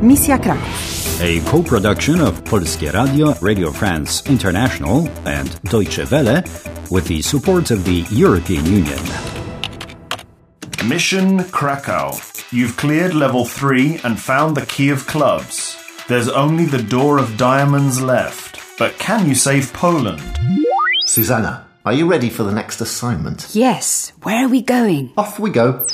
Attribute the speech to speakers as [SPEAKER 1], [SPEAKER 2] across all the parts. [SPEAKER 1] Misja Kraków.
[SPEAKER 2] A co-production of Polskie Radio, Radio France International and Deutsche Welle with the support of the European Union.
[SPEAKER 3] Mission Krakow. You've cleared level 3 and found the key of clubs. There's only the door of diamonds left. But can you save Poland?
[SPEAKER 4] Susanna, are you ready for the next assignment?
[SPEAKER 1] Yes, where are we going?
[SPEAKER 4] Off we go.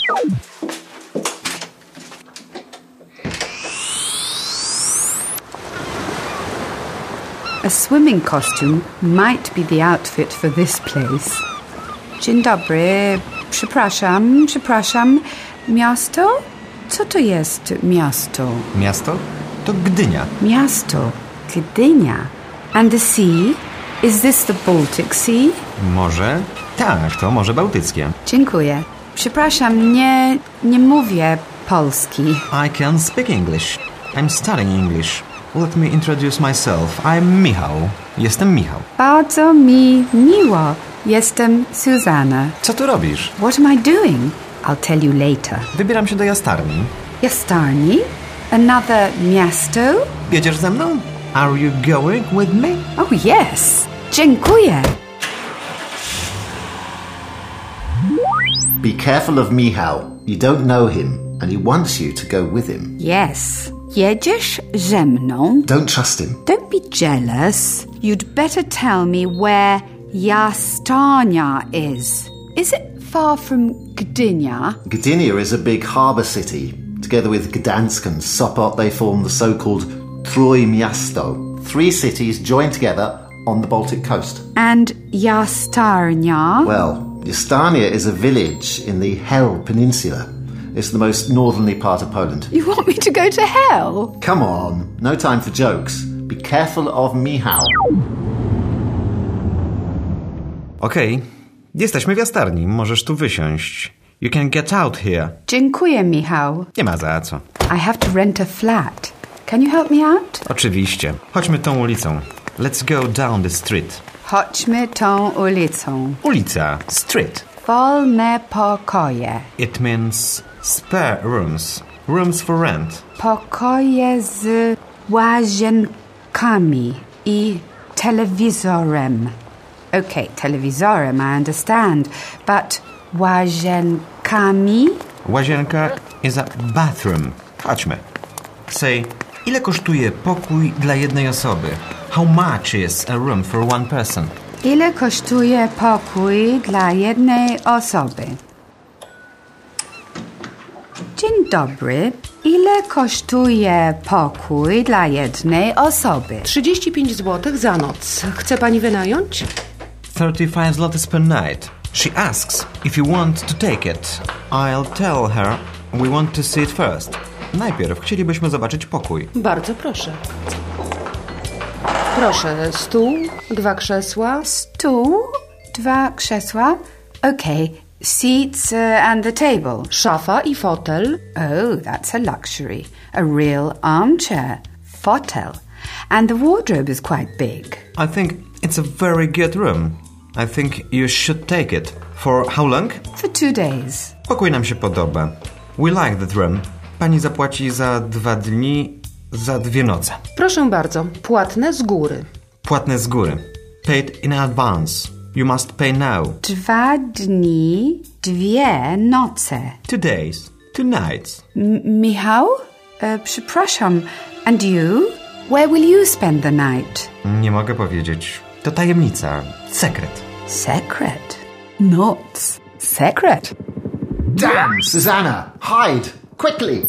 [SPEAKER 1] A swimming costume might be the outfit for this place. Dzień dobry. Przepraszam, przepraszam. Miasto? Co to jest miasto?
[SPEAKER 5] Miasto to Gdynia.
[SPEAKER 1] Miasto. Gdynia. And the sea? Is this the Baltic Sea?
[SPEAKER 5] Morze? Tak, to Morze Bałtyckie.
[SPEAKER 1] Dziękuję. Przepraszam, nie, nie mówię polski.
[SPEAKER 5] I can speak English. I'm studying English. Let me introduce myself. I'm Michał. Jestem Michał.
[SPEAKER 1] Bardzo mi miło. Jestem Susanna.
[SPEAKER 5] Co tu robisz?
[SPEAKER 1] What am I doing? I'll tell you later.
[SPEAKER 5] Wybieram się do jastarni.
[SPEAKER 1] Jastarni? Another miasto?
[SPEAKER 5] Jedziesz ze mną? Are you going with me?
[SPEAKER 1] Oh, yes. Dziękuję.
[SPEAKER 4] Be careful of Michał. You don't know him, and he wants you to go with him.
[SPEAKER 1] Yes. Jedziesz ze mną?
[SPEAKER 4] Don't trust him.
[SPEAKER 1] Don't be jealous. You'd better tell me where Jastania is. Is it far from Gdynia?
[SPEAKER 4] Gdynia is a big harbour city. Together with Gdansk and Sopot, they form the so called Trójmiasto. Three cities joined together on the Baltic coast.
[SPEAKER 1] And Jastarnia?
[SPEAKER 4] Well, Istania is a village in the Hel Peninsula. It's the most northerly part of Poland.
[SPEAKER 1] You want me to go to hell?
[SPEAKER 4] Come on, no time for jokes. Be careful of Michał.
[SPEAKER 5] Okej. Jesteśmy w jastarni. Możesz tu wysiąść. You can get out here.
[SPEAKER 1] Dziękuję, Michał.
[SPEAKER 5] Nie ma za co.
[SPEAKER 1] I have to rent a flat. Can you help me out?
[SPEAKER 5] Oczywiście. Chodźmy tą ulicą. Let's go down the street.
[SPEAKER 1] Chodźmy tą ulicą.
[SPEAKER 5] Ulica. Street.
[SPEAKER 1] Wolne pokoje.
[SPEAKER 5] It means spare rooms. Rooms for rent.
[SPEAKER 1] Pokoje z łazienkami i telewizorem. Okay, telewizorem, I understand. But łazienkami?
[SPEAKER 5] Łazienka is a bathroom. Chodźmy. Say, ile kosztuje pokój dla jednej osoby? How much is a room for one person?
[SPEAKER 1] Ile kosztuje pokój dla jednej osoby? Dzień dobry. Ile kosztuje pokój dla jednej osoby?
[SPEAKER 6] 35 zł za noc. Chce pani wynająć?
[SPEAKER 5] 35 zlotys per night. She asks if you want to take it. I'll tell her we want to see it first. Najpierw chcielibyśmy zobaczyć pokój.
[SPEAKER 6] Bardzo proszę. Proszę, stół, dwa krzesła.
[SPEAKER 1] Stół, dwa krzesła. Okay, seats uh, and the table.
[SPEAKER 6] Szafa i fotel.
[SPEAKER 1] Oh, that's a luxury. A real armchair. Fotel. And the wardrobe is quite big.
[SPEAKER 5] I think it's a very good room. I think you should take it. For how long?
[SPEAKER 1] For two days.
[SPEAKER 5] Pokój nam się podoba. We like that room. Pani zapłaci za dwa dni, za dwie noce.
[SPEAKER 6] Proszę bardzo, płatne z góry.
[SPEAKER 5] Płatne z góry. Paid in advance. You must pay now.
[SPEAKER 1] Dwa dni, dwie noce.
[SPEAKER 5] Two days. Two nights.
[SPEAKER 1] M- Michał? E, przepraszam. And you? Where will you spend the night?
[SPEAKER 5] Nie mogę powiedzieć. To tajemnica. Sekret.
[SPEAKER 1] Secret. Not secret.
[SPEAKER 4] Damn, Susanna! Hide! Quickly!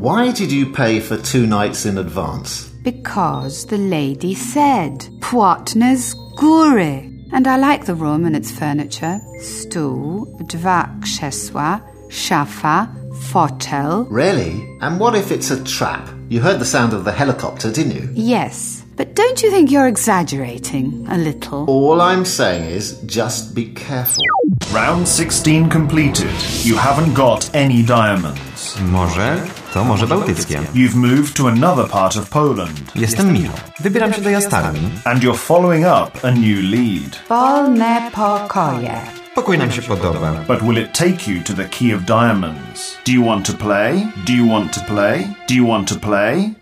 [SPEAKER 4] Why did you pay for two nights in advance?
[SPEAKER 1] Because the lady said, Płatner's góry. And I like the room and its furniture. Stół, dwa krzesła, szafa, fotel.
[SPEAKER 4] Really? And what if it's a trap? You heard the sound of the helicopter, didn't you?
[SPEAKER 1] Yes, but don't you think you're exaggerating a little?
[SPEAKER 4] All I'm saying is just be careful.
[SPEAKER 3] Round 16 completed. You haven't got any diamonds.
[SPEAKER 5] Morze to Morze Bałtyckie.
[SPEAKER 3] You've moved to another part of Poland.
[SPEAKER 5] Jestem Michał. Wybieram się do Jastarni.
[SPEAKER 3] And you're following up a new lead.
[SPEAKER 1] Wolne pokoje.
[SPEAKER 5] Pokój nam się podoba.
[SPEAKER 3] But will it take you to the Key of Diamonds? Do you want to play? Do you want to play? Do you want to play?